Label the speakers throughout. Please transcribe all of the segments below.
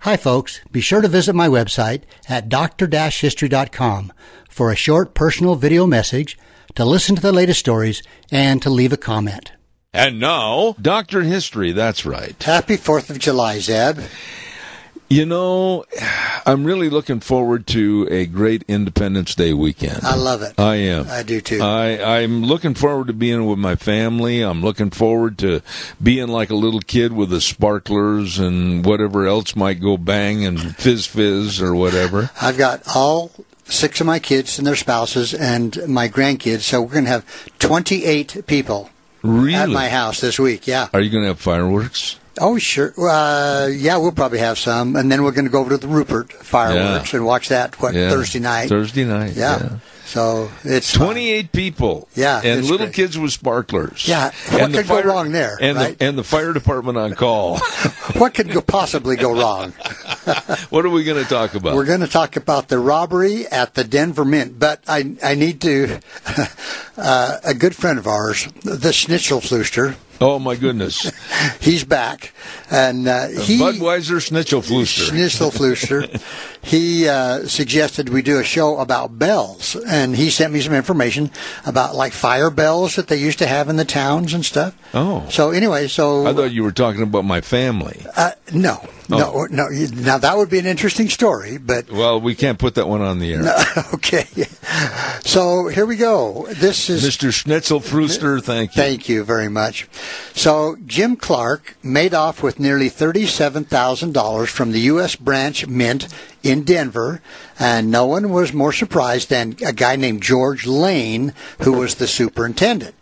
Speaker 1: Hi, folks. Be sure to visit my website at dr-history.com for a short personal video message, to listen to the latest stories, and to leave a comment.
Speaker 2: And now, Doctor History, that's right.
Speaker 1: Happy 4th of July, Zeb.
Speaker 2: You know, I'm really looking forward to a great Independence Day weekend.
Speaker 1: I love it.
Speaker 2: I am.
Speaker 1: I do
Speaker 2: uh,
Speaker 1: too.
Speaker 2: I, I'm looking forward to being with my family. I'm looking forward to being like a little kid with the sparklers and whatever else might go bang and fizz fizz or whatever.
Speaker 1: I've got all six of my kids and their spouses and my grandkids, so we're going to have 28 people
Speaker 2: Really?
Speaker 1: at my house this week. Yeah.
Speaker 2: Are you going to have fireworks?
Speaker 1: Oh, sure. Uh, yeah, we'll probably have some. And then we're going to go over to the Rupert fireworks
Speaker 2: Yeah.
Speaker 1: and watch that, what,
Speaker 2: Yeah.
Speaker 1: Thursday night?
Speaker 2: Thursday night.
Speaker 1: yeah. So it's fun.
Speaker 2: 28 people.
Speaker 1: Yeah,
Speaker 2: And
Speaker 1: it's
Speaker 2: little
Speaker 1: great.
Speaker 2: kids with sparklers.
Speaker 1: Yeah, what could go wrong there,
Speaker 2: And,
Speaker 1: right?
Speaker 2: the, and the fire department on call.
Speaker 1: What could go- possibly go wrong?
Speaker 2: what are we going to talk about?
Speaker 1: We're going to talk about the robbery at the Denver Mint, but I I need to uh, a good friend of ours, the Schnitzelflooster.
Speaker 2: oh, my goodness.
Speaker 1: He's back, and uh, he
Speaker 2: Budweiser Schnitzelflooster.
Speaker 1: Schnitzelflooster. he uh, suggested we do a show about bells, and he sent me some information about like fire bells that they used to have in the towns and stuff.
Speaker 2: Oh.
Speaker 1: so anyway, so
Speaker 2: I thought you were talking about my family.
Speaker 1: uh, no, no, no. you- Now that would be an interesting story, but
Speaker 2: Well, we can't put that one on the air.
Speaker 1: okay. So here we go. This is
Speaker 2: Mr. Schnitzelflooster, thank you.
Speaker 1: Thank you very much. So Jim Clark made off with nearly thirty-seven thousand dollars from the U.S. branch mint in Denver, and no one was more surprised than a guy named George Lane, who was the superintendent.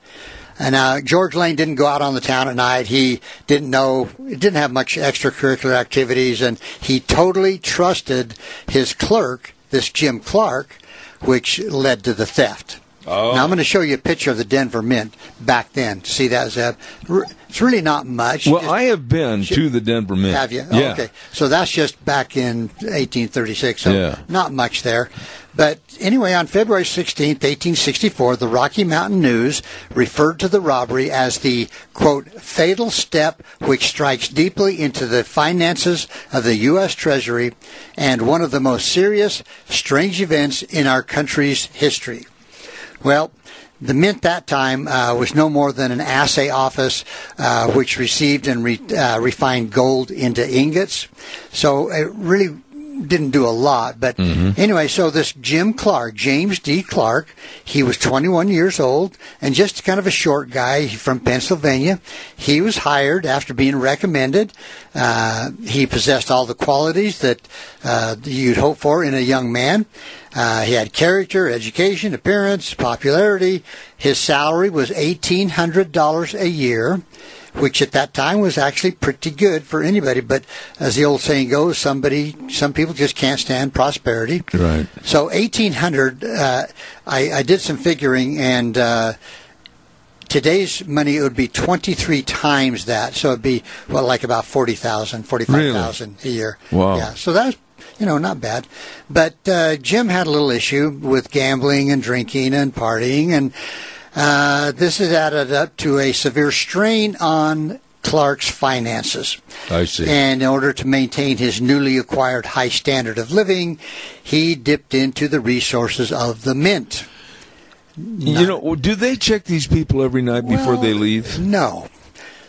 Speaker 1: And now George Lane didn't go out on the town at night. He didn't know, didn't have much extracurricular activities, and he totally trusted his clerk, this Jim Clark, which led to the theft.
Speaker 2: Oh.
Speaker 1: Now I'm going to show you a picture of the Denver Mint back then. See that, Zeb? R- It's really not much.
Speaker 2: Well,
Speaker 1: Just-
Speaker 2: I have been to the Denver Mint.
Speaker 1: have you? Oh,
Speaker 2: Yeah.
Speaker 1: Okay. So that's just back in 1836. So
Speaker 2: Yeah.
Speaker 1: not much there. But anyway, on February 16th, 1864, the Rocky Mountain News referred to the robbery as the, quote, fatal step which strikes deeply into the finances of the U.S. Treasury and one of the most serious, strange events in our country's history. Well, the mint that time uh, was no more than an assay office uh, which received and re- uh, refined gold into ingots. So it really didn't do a lot. But anyway, so this Jim Clark, James D. Clark, he was 21 years old and just kind of a short guy from Pennsylvania. He was hired after being recommended. Uh, he possessed all the qualities that uh, you'd hope for in a young man. Uh, he had character, education, appearance, popularity. His salary was $1,800 a year, which at that time was actually pretty good for anybody. But as the old saying goes, somebody, some people just can't stand prosperity.
Speaker 2: Right.
Speaker 1: So 1800, uh, I, I did some figuring, and uh, today's money it would be 23 times that. So it'd be well, like about 40,000, 45,000 a year.
Speaker 2: Wow.
Speaker 1: Yeah. So that's you know not bad, but uh, Jim had a little issue with gambling and drinking and partying, and uh, this has added up to a severe strain on Clark's finances.
Speaker 2: I see.
Speaker 1: And in order to maintain his newly acquired high standard of living, he dipped into the resources of the mint.
Speaker 2: you know, do they check these people every night before they leave?
Speaker 1: No.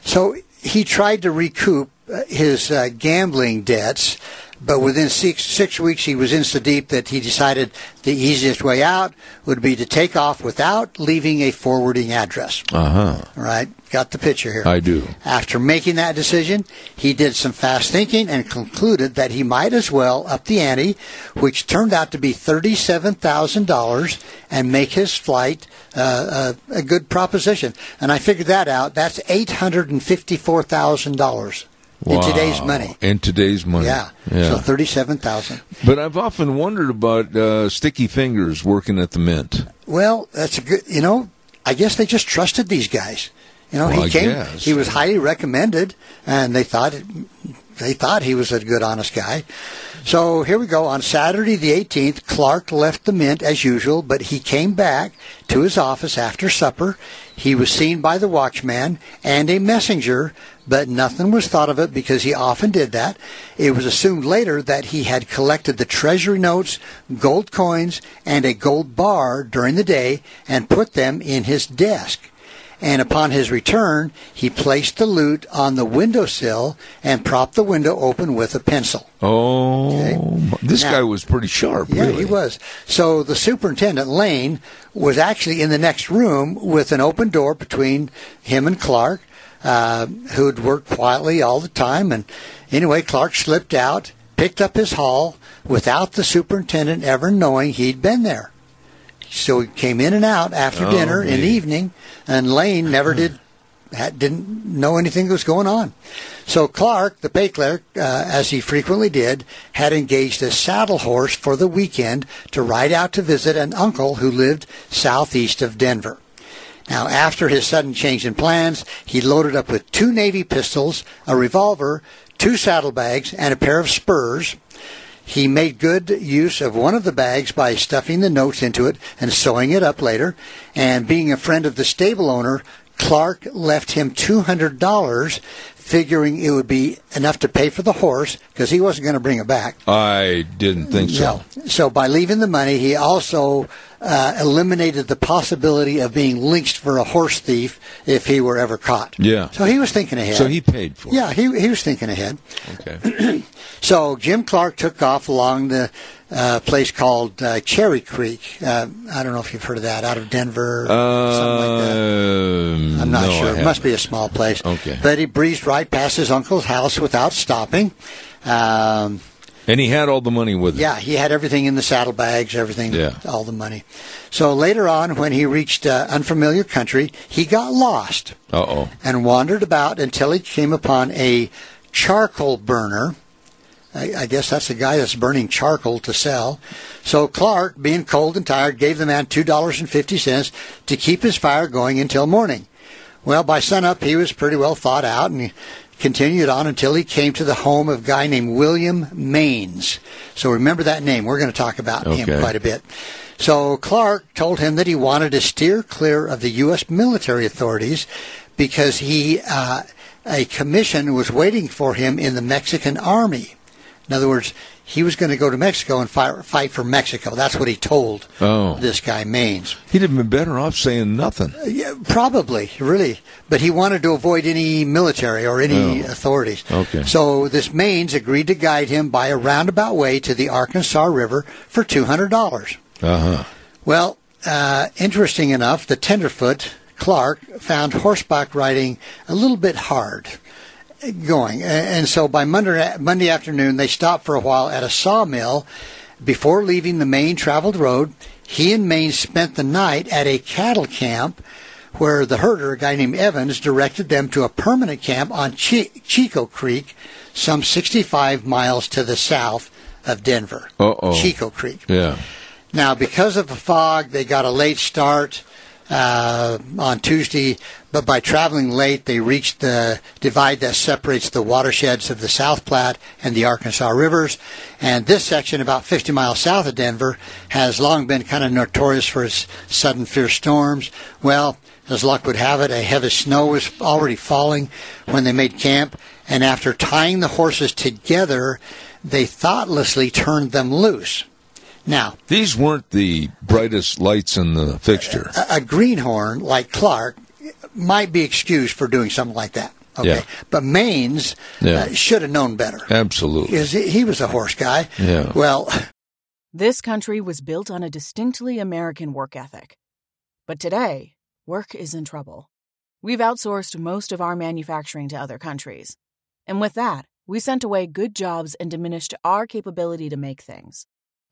Speaker 1: So he tried to recoup uh, his uh, gambling debts, but within six, six weeks he was in so deep that he decided the easiest way out would be to take off without leaving a forwarding address.
Speaker 2: Uh huh.
Speaker 1: All right, got the picture here.
Speaker 2: I do.
Speaker 1: After making that decision, he did some fast thinking and concluded that he might as well up the ante, which turned out to be $37,000, and make his flight uh, a, a good proposition. And I figured that out. That's $854,000 in today's
Speaker 2: Wow.
Speaker 1: money.
Speaker 2: In today's money.
Speaker 1: Yeah. So 37,000.
Speaker 2: But I've often wondered about uh, sticky fingers working at the mint.
Speaker 1: Well, that's a good. You know, I guess they just trusted these guys. You know,
Speaker 2: Well, I
Speaker 1: he came.
Speaker 2: guess.
Speaker 1: He was highly recommended, and they thought they thought he was a good, honest guy. So here we go. On Saturday the 18th, Clark left the mint as usual, but he came back to his office after supper. He was seen by the watchman and a messenger, but nothing was thought of it because he often did that. It was assumed later that he had collected the treasury notes, gold coins, and a gold bar during the day and put them in his desk and upon his return he placed the loot on the windowsill and propped the window open with a pencil.
Speaker 2: Oh,
Speaker 1: Okay.
Speaker 2: this
Speaker 1: Now-
Speaker 2: guy was pretty sharp.
Speaker 1: Yeah,
Speaker 2: really.
Speaker 1: he was. So the superintendent, Lane, was actually in the next room with an open door between him and Clark, uh, who'd worked quietly all the time. And anyway, Clark slipped out, picked up his haul without the superintendent ever knowing he'd been there. So he came in and out after
Speaker 2: Oh,
Speaker 1: dinner in the
Speaker 2: gee.
Speaker 1: evening, and Lane never did had, didn't know anything that was going on. So Clark, the pay clerk, uh, as he frequently did, had engaged a saddle horse for the weekend to ride out to visit an uncle who lived southeast of Denver. Now, after his sudden change in plans, he loaded up with two Navy pistols, a revolver, two saddlebags, and a pair of spurs. He made good use of one of the bags by stuffing the notes into it and sewing it up later. And being a friend of the stable owner, Clark left him $200, figuring it would be enough to pay for the horse because he wasn't going to bring it back.
Speaker 2: I didn't think so.
Speaker 1: No. So by leaving the money, he also uh, eliminated the possibility of being lynched for a horse thief if he were ever caught.
Speaker 2: Yeah.
Speaker 1: So he was thinking ahead.
Speaker 2: So he paid for
Speaker 1: Yeah, he he was thinking ahead.
Speaker 2: it. Okay.
Speaker 1: So Jim Clark took off along the uh, place called uh, Cherry Creek. Uh, I don't know if you've heard of that, out of Denver, something like that.
Speaker 2: Um,
Speaker 1: I'm not
Speaker 2: no, I
Speaker 1: sure. It must
Speaker 2: haven't.
Speaker 1: be a small place.
Speaker 2: Okay.
Speaker 1: But he breezed right past his uncle's house without stopping. Um,
Speaker 2: And he had all the money with him.
Speaker 1: yeah, he had everything in the saddlebags, everything,
Speaker 2: Yeah.
Speaker 1: all the money. So later on, when he reached uh, unfamiliar country, he got lost
Speaker 2: Uh oh.
Speaker 1: and wandered about until he came upon a charcoal burner. I, I guess that's the guy that's burning charcoal to sell. So Clark, being cold and tired, gave the man $2.50 to keep his fire going until morning. Well, by sunup, he was pretty well thought out and continued on until he came to the home of a guy named William Maines. So remember that name. We're going to talk about him
Speaker 2: Okay.
Speaker 1: quite a bit. So Clark told him that he wanted to steer clear of the U.S. military authorities because he uh, a commission was waiting for him in the Mexican Army. In other words, he was going to go to Mexico and fight, fight for Mexico. That's what he told
Speaker 2: Oh.
Speaker 1: this guy Maines.
Speaker 2: He'd have been better off saying nothing.
Speaker 1: Yeah, probably, really. But he wanted to avoid any military or any
Speaker 2: Oh.
Speaker 1: authorities.
Speaker 2: Okay.
Speaker 1: So this Maines agreed to guide him by a roundabout way to the Arkansas River for two hundred dollars.
Speaker 2: Uh huh.
Speaker 1: Well, uh, interesting enough, the tenderfoot Clark found horseback riding a little bit hard going, A- and so by Monday, Monday afternoon they stopped for a while at a sawmill. Before leaving the main traveled road, he and Maine spent the night at a cattle camp. Where the herder, a guy named Evans, directed them to a permanent camp on Chi Chico Creek, some 65 miles to the south of Denver.
Speaker 2: Uh-oh.
Speaker 1: Chico Creek.
Speaker 2: Yeah.
Speaker 1: Now, because of the fog, they got a late start uh, on Tuesday, but by traveling late, they reached the divide that separates the watersheds of the South Platte and the Arkansas rivers. And this section, about 50 miles south of Denver, has long been kind of notorious for its sudden fierce storms. Well, as luck would have it, a heavy snow was already falling when they made camp, and after tying the horses together, they thoughtlessly turned them loose. Now,
Speaker 2: These weren't the brightest lights in the fixture.
Speaker 1: a greenhorn like Clark might be excused for doing something like that. Okay,
Speaker 2: Yeah.
Speaker 1: but Maines
Speaker 2: Yeah.
Speaker 1: uh, should have known better
Speaker 2: Absolutely.
Speaker 1: because he he was a horse guy.
Speaker 2: Yeah.
Speaker 1: Well,
Speaker 3: This country was built on a distinctly American work ethic. But today, work is in trouble. We've outsourced most of our manufacturing to other countries. And with that, we sent away good jobs and diminished our capability to make things.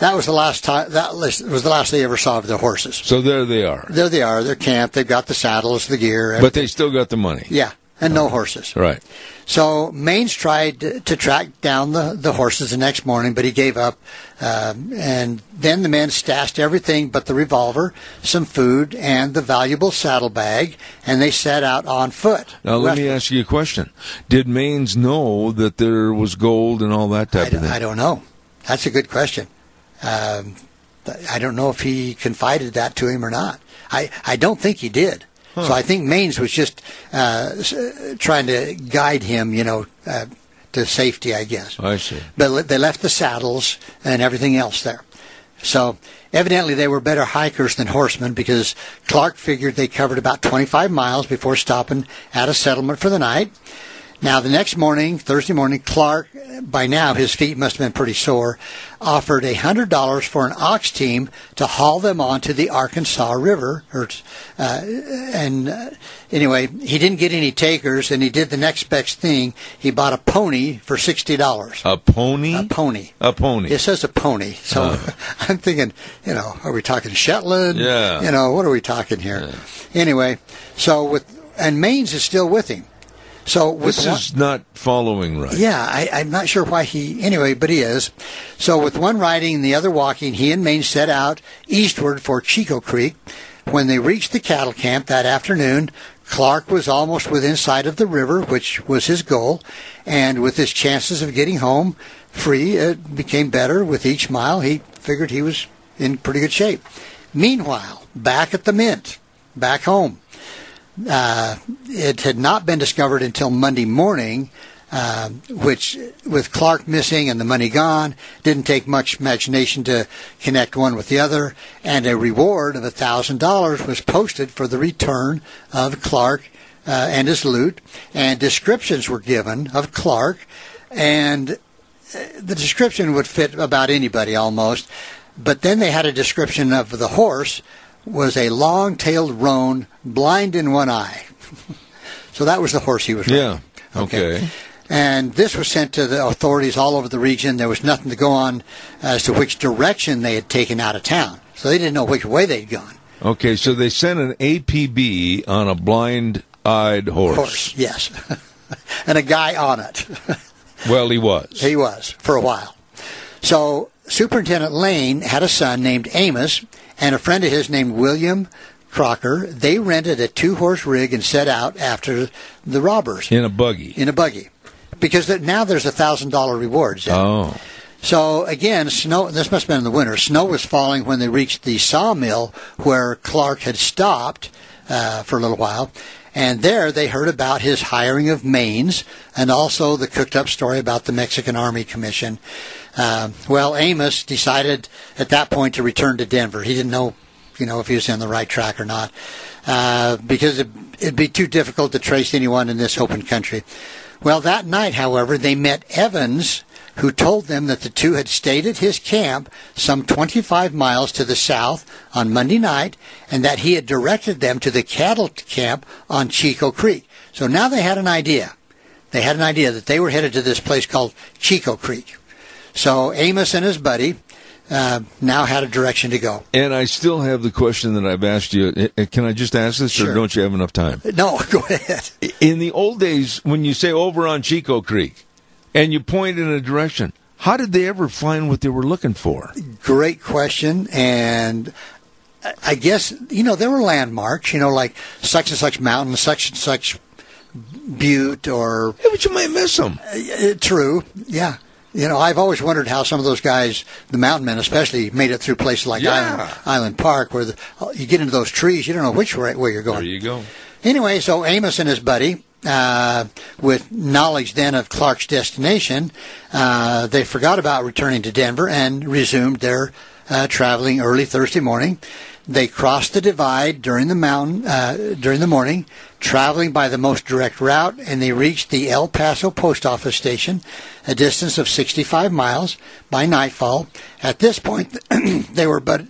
Speaker 1: That was the last time. That was the last they ever saw of the horses.
Speaker 2: So there they are.
Speaker 1: There they are. They're camped. They've got the saddles, the gear.
Speaker 2: But they still got the money.
Speaker 1: yeah, and no horses.
Speaker 2: Right.
Speaker 1: So Maines tried to, to track down the, the horses the next morning, but he gave up. Um, and then the men stashed everything but the revolver, some food, and the valuable saddlebag, and they set out on foot.
Speaker 2: Now let me
Speaker 1: Westward.
Speaker 2: ask you a question. Did Maines know that there was gold and all that type
Speaker 1: I
Speaker 2: of
Speaker 1: don't,
Speaker 2: thing?
Speaker 1: I don't know. That's a good question. Um, th- I don't know if he confided that to him or not. I, I don't think he did. So I think Maines was just uh, s- uh, trying to guide him, you know, uh, to safety, I guess.
Speaker 2: I see.
Speaker 1: But le- they left the saddles and everything else there. So evidently they were better hikers than horsemen because Clark figured they covered about 25 miles before stopping at a settlement for the night. Now the next morning, Thursday morning, Clark, by now his feet must have been pretty sore, offered a hundred dollars for an ox team to haul them on to the Arkansas River. Or, uh, and uh, anyway, he didn't get any takers, and he did the next best thing. He bought a pony for sixty dollars.
Speaker 2: A pony?
Speaker 1: A pony. Uh.
Speaker 2: A pony.
Speaker 1: It says a pony, so I'm thinking, you know, are we talking Shetland?
Speaker 2: Yeah.
Speaker 1: You know, what are we talking here? Anyway, so with and Maines is still with him. So with
Speaker 2: This
Speaker 1: one,
Speaker 2: is not following right.
Speaker 1: yeah, I, I'm not sure why he anyway, but he is. So with one riding and the other walking, he and Maine set out eastward for Chico Creek. When they reached the cattle camp that afternoon, Clark was almost within sight of the river, which was his goal, and with his chances of getting home free, it became better with each mile. He figured he was in pretty good shape. Meanwhile, back at the mint, back home, uh, it had not been discovered until Monday morning, um, which, with Clark missing and the money gone, didn't take much imagination to connect one with the other. And a reward of $1,000 was posted for the return of Clark uh, and his loot, and descriptions were given of Clark, and the description would fit about anybody almost. But then they had a description of the horse was a long-tailed roan, blind in one eye. so that was the horse he was.
Speaker 2: Yeah.
Speaker 1: riding.
Speaker 2: Okay.
Speaker 1: And this was sent to the authorities all over the region. There was nothing to go on as to which direction they had taken out of town, so they didn't know which way they'd gone.
Speaker 2: Okay, so they sent an APB on a blind eyed horse.
Speaker 1: Horse, yes, and a guy on it.
Speaker 2: Well, he was.
Speaker 1: He was for a while. So Superintendent Lane had a son named Amos and a friend of his named William Crocker. They rented a two-horse rig and set out after the robbers
Speaker 2: in a buggy.
Speaker 1: in a buggy because that- now there's a thousand dollar rewards.
Speaker 2: Oh.
Speaker 1: So again, snow. This must have been in the winter. Snow was falling when they reached the sawmill where Clark had stopped uh, for a little while, and there they heard about his hiring of Maines and also the cooked-up story about the Mexican Army Commission. Um, well, Amos decided at that point to return to Denver. He didn't know, you know, if he was on the right track or not, uh, because it, it'd be too difficult to trace anyone in this open country. Well, that night, however, they met Evans, who told them that the two had stayed at his camp some 25 miles to the south on Monday night and that he had directed them to the cattle camp on Chico Creek. So now they had an idea. They had an idea that they were headed to this place called Chico Creek. So Amos and his buddy uh, now had a direction to go.
Speaker 2: And I still have the question that I've asked you. Eh, eh, Can I just ask this,
Speaker 1: Sure.
Speaker 2: or don't you have enough time?
Speaker 1: No, go ahead.
Speaker 2: In the old days, when you say over on Chico Creek and you point in a direction, how did they ever find what they were looking for?
Speaker 1: Great question. And I guess, you know, there were landmarks, you know, like such and such mountain, such and such Butte or
Speaker 2: Yeah, but you might miss them.
Speaker 1: Uh, True. Yeah. You know, I've always wondered how some of those guys, the mountain men especially, made it through places like
Speaker 2: Yeah.
Speaker 1: Island, Island Park, where the, you get into those trees, you don't know which way, way you're
Speaker 2: There
Speaker 1: going.
Speaker 2: you go.
Speaker 1: Anyway, so Amos and his buddy, uh, with knowledge then of Clark's destination, uh, they forgot about returning to Denver and resumed their uh, traveling early Thursday morning. They crossed the divide during the mountain uh, during the morning, traveling by the most direct route, and they reached the El Paso Post Office Station, a distance of 65 miles by nightfall. At this point, they were but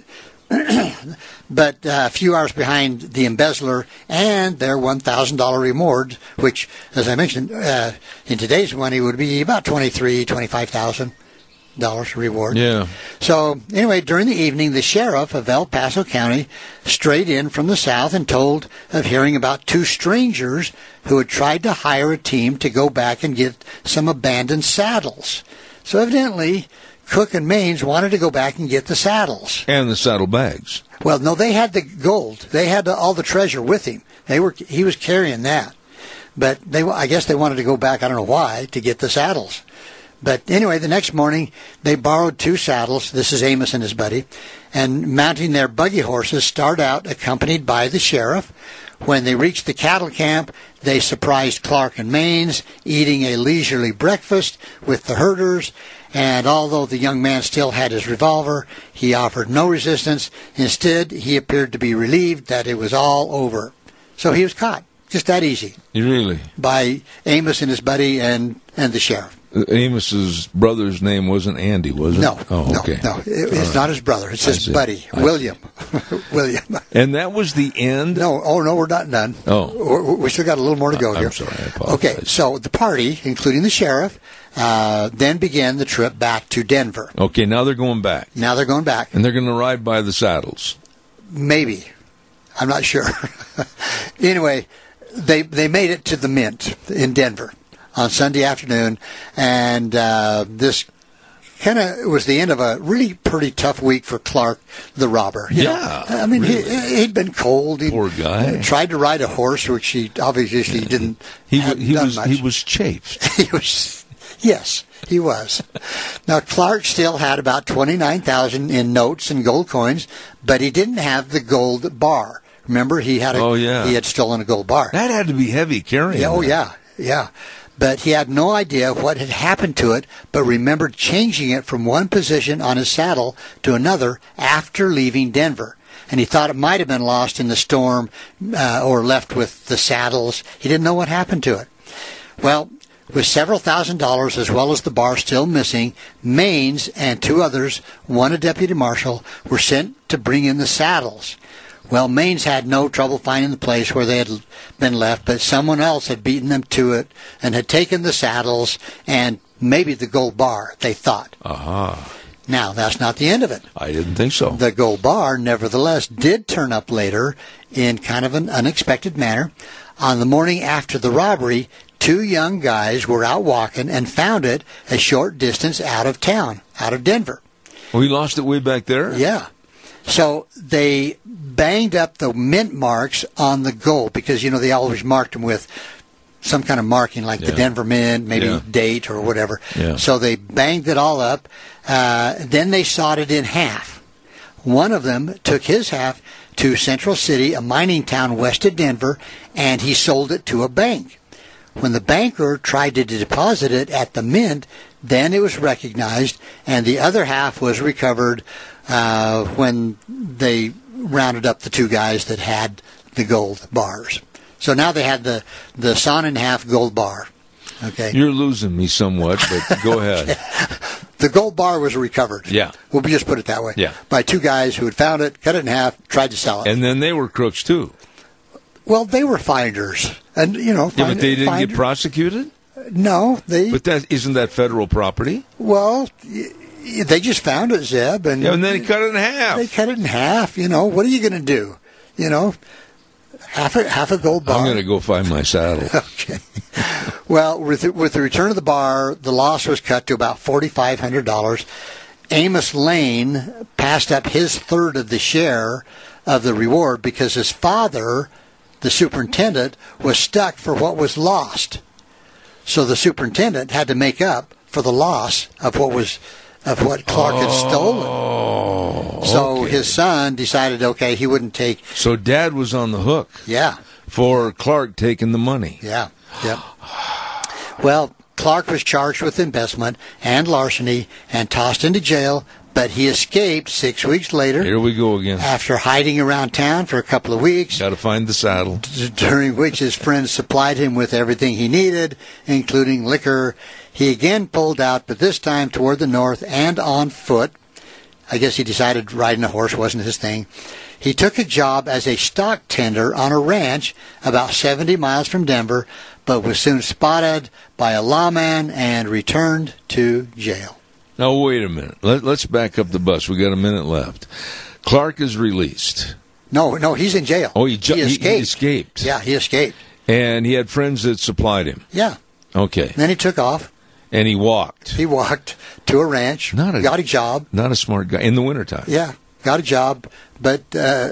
Speaker 1: but uh, a few hours behind the embezzler and their $1,000 reward, which, as I mentioned, uh, in today's money would be about $23,000, $25,000 reward.
Speaker 2: Yeah.
Speaker 1: So, anyway, during the evening, the sheriff of El Paso County strayed in from the south and told of hearing about two strangers who had tried to hire a team to go back and get some abandoned saddles. So, evidently, Cook and Maines wanted to go back and get the saddles.
Speaker 2: And the saddlebags.
Speaker 1: Well, no, they had the gold. They had the, all the treasure with him. They were he was carrying that, but they I guess they wanted to go back. I don't know why to get the saddles. But anyway, the next morning they borrowed two saddles. This is Amos and his buddy, and mounting their buggy horses, start out accompanied by the sheriff. When they reached the cattle camp, they surprised Clark and Maines eating a leisurely breakfast with the herders, and although the young man still had his revolver, he offered no resistance. Instead, he appeared to be relieved that it was all over. So he was caught, just that easy,
Speaker 2: You really?
Speaker 1: by Amos and his buddy and, and the sheriff.
Speaker 2: Uh, Amos's brother's name wasn't Andy, was it?
Speaker 1: No,
Speaker 2: Oh,
Speaker 1: no,
Speaker 2: okay.
Speaker 1: no. It- it's
Speaker 2: All right.
Speaker 1: not his brother. It's his
Speaker 2: see.
Speaker 1: buddy,
Speaker 2: I see.
Speaker 1: William. William.
Speaker 2: And that was the end.
Speaker 1: No, oh no, we're not done.
Speaker 2: Oh.
Speaker 1: we we still got a little more to go
Speaker 2: I'm
Speaker 1: here.
Speaker 2: sorry, I apologize.
Speaker 1: Okay, so the party, including the sheriff, uh, then began the trip back to Denver.
Speaker 2: Okay, now they're going back,
Speaker 1: Now they're going back.
Speaker 2: and they're going to ride by the saddles.
Speaker 1: Maybe, I'm not sure. anyway, they they made it to the Mint in Denver on Sunday afternoon, and uh, this kind of was the end of a really pretty tough week for Clark, the robber. You know?
Speaker 2: Yeah,
Speaker 1: I mean
Speaker 2: really.
Speaker 1: he, he'd been cold. He'd
Speaker 2: Poor guy.
Speaker 1: tried to ride a horse, which he obviously didn't.
Speaker 2: He
Speaker 1: hadn't
Speaker 2: w- he
Speaker 1: done
Speaker 2: was
Speaker 1: much
Speaker 2: he was chafed.
Speaker 1: he was yes he was now clark still had about 29000 in notes and gold coins but he didn't have the gold bar remember he had a
Speaker 2: Oh, yeah.
Speaker 1: he had stolen a gold bar
Speaker 2: That had to be heavy carrying.
Speaker 1: yeah, oh
Speaker 2: that.
Speaker 1: yeah yeah but he had no idea what had happened to it but remembered changing it from one position on his saddle to another after leaving denver and he thought it might have been lost in the storm uh, or left with the saddles he didn't know what happened to it well, with several thousand dollars as well as the bar still missing, Maines and two others, one a deputy marshal, were sent to bring in the saddles. Well, Maines had no trouble finding the place where they had l- been left, but someone else had beaten them to it and had taken the saddles and maybe the gold bar, they thought.
Speaker 2: Aha!
Speaker 1: Now, that's not the end of it.
Speaker 2: I didn't think so.
Speaker 1: The gold bar, nevertheless, did turn up later in kind of an unexpected manner. On the morning after the robbery, two young guys were out walking and found it a short distance out of town, out of Denver.
Speaker 2: we lost it way back there.
Speaker 1: Yeah. So they banged up the mint marks on the gold because, you know, they always marked them with some kind of marking like the
Speaker 2: Yeah.
Speaker 1: Denver Mint, maybe
Speaker 2: Yeah.
Speaker 1: date or whatever.
Speaker 2: Yeah.
Speaker 1: So they banged it all up. Uh, then they sawed it in half. One of them took his half to Central City, a mining town west of Denver, and he sold it to a bank. When the banker tried to deposit it at the mint, then it was recognized, and the other half was recovered uh, when they rounded up the two guys that had the gold bars. So now they had the the sawn in half gold bar. Okay,
Speaker 2: You're losing me somewhat, but go ahead.
Speaker 1: the gold bar was recovered.
Speaker 2: Yeah.
Speaker 1: we'll just put it that way.
Speaker 2: Yeah.
Speaker 1: by two guys who had found it, cut it in half, tried to sell it.
Speaker 2: And then they were crooks too.
Speaker 1: well, they were finders, and you know,
Speaker 2: Yeah,
Speaker 1: find-
Speaker 2: but they didn't
Speaker 1: find-
Speaker 2: get prosecuted.
Speaker 1: no, they
Speaker 2: But that isn't that federal property.
Speaker 1: well, y- y- they just found it, Zeb, and
Speaker 2: Yeah, and then he cut it in half.
Speaker 1: They cut it in half. You know, what are you going to do? You know, half a half a gold bar.
Speaker 2: I'm going to go find my saddle.
Speaker 1: Okay. well, with the, with the return of the bar, the loss was cut to about forty five hundred dollars. Amos Lane passed up his third of the share of the reward because his father, the the superintendent was stuck for what was lost. So the superintendent had to make up for the loss of what was of what Clark had stolen.
Speaker 2: Oh,
Speaker 1: So
Speaker 2: okay.
Speaker 1: his son decided, okay, he wouldn't take.
Speaker 2: so dad was on the hook
Speaker 1: Yeah,
Speaker 2: for Clark taking the money.
Speaker 1: yeah, yep. Well, Clark was charged with embezzlement and larceny and tossed into jail, but he escaped six weeks later
Speaker 2: Here we go again.
Speaker 1: after hiding around town for a couple of weeks.
Speaker 2: Got to find the saddle.
Speaker 1: during which his friends supplied him with everything he needed, including liquor. He again pulled out, but this time toward the north and on foot. I guess he decided riding a horse wasn't his thing. He took a job as a stock tender on a ranch about 70 miles from Denver, but was soon spotted by a lawman and returned to jail.
Speaker 2: Now wait a minute. Let, let's back up the bus. We got a minute left. Clark is released.
Speaker 1: No, no, he's in jail.
Speaker 2: Oh, he, ju- he- he
Speaker 1: escaped.
Speaker 2: escaped.
Speaker 1: Yeah, he escaped.
Speaker 2: and he had friends that supplied him.
Speaker 1: Yeah.
Speaker 2: Okay,
Speaker 1: Then he took off.
Speaker 2: and he walked.
Speaker 1: He walked to a ranch,
Speaker 2: Not a-
Speaker 1: got a job.
Speaker 2: Not a smart guy in the wintertime.
Speaker 1: Yeah, got a job, but uh,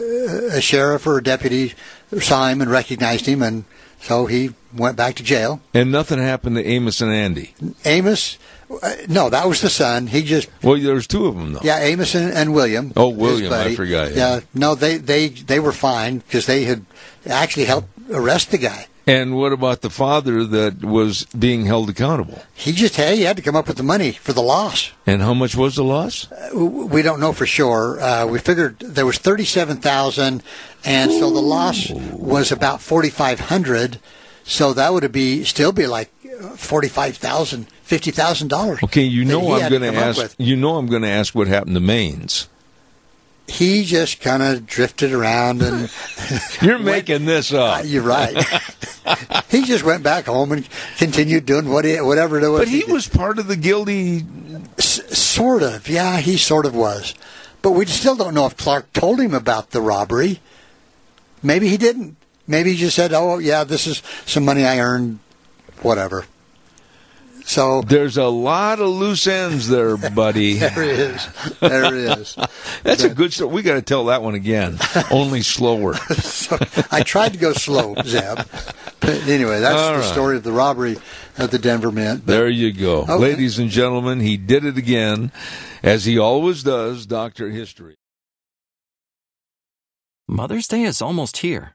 Speaker 1: a sheriff or a deputy saw him and recognized him, and so he went back to jail.
Speaker 2: And nothing happened to Amos and Andy.
Speaker 1: Amos, uh, no, that was the son. He just
Speaker 2: Well, there's two of them though.
Speaker 1: yeah, Amos and, and William.
Speaker 2: Oh,
Speaker 1: his
Speaker 2: William, I
Speaker 1: buddy.
Speaker 2: forgot, yeah.
Speaker 1: Yeah, no, they they they were fine because they had actually helped arrest the guy.
Speaker 2: And what about the father that was being held accountable?
Speaker 1: He just hey, he had to come up with the money for the loss.
Speaker 2: And how much was the loss?
Speaker 1: we don't know for sure. Uh, we figured there was thirty-seven thousand, and so the loss was about forty-five hundred. So that would be still be like uh, forty-five thousand, fifty thousand dollars.
Speaker 2: Okay, you
Speaker 1: that he
Speaker 2: know I'm
Speaker 1: had to
Speaker 2: going to
Speaker 1: come up
Speaker 2: ask.
Speaker 1: with.
Speaker 2: You know I'm going to ask what happened to Maines.
Speaker 1: He just kind of drifted around, and uh,
Speaker 2: You're making this up.
Speaker 1: you're right. he just went back home and continued doing what he, whatever it was.
Speaker 2: but he
Speaker 1: did.
Speaker 2: was part of the guilty.
Speaker 1: S- sort of, yeah, he sort of was. But we still don't know if Clark told him about the robbery. Maybe he didn't. Maybe he just said, "Oh, yeah, this is some money I earned, whatever." So
Speaker 2: There's a lot of loose ends there, buddy.
Speaker 1: there it is. There it is.
Speaker 2: That's a good story. We got to tell that one again, only slower.
Speaker 1: So I tried to go slow, Zeb. But anyway, that's
Speaker 2: All
Speaker 1: the
Speaker 2: right.
Speaker 1: story of the robbery at the Denver Mint. But
Speaker 2: There you go,
Speaker 1: Okay.
Speaker 2: ladies and gentlemen. He did it again, as he always does. Doctor History.
Speaker 4: Mother's Day is almost here,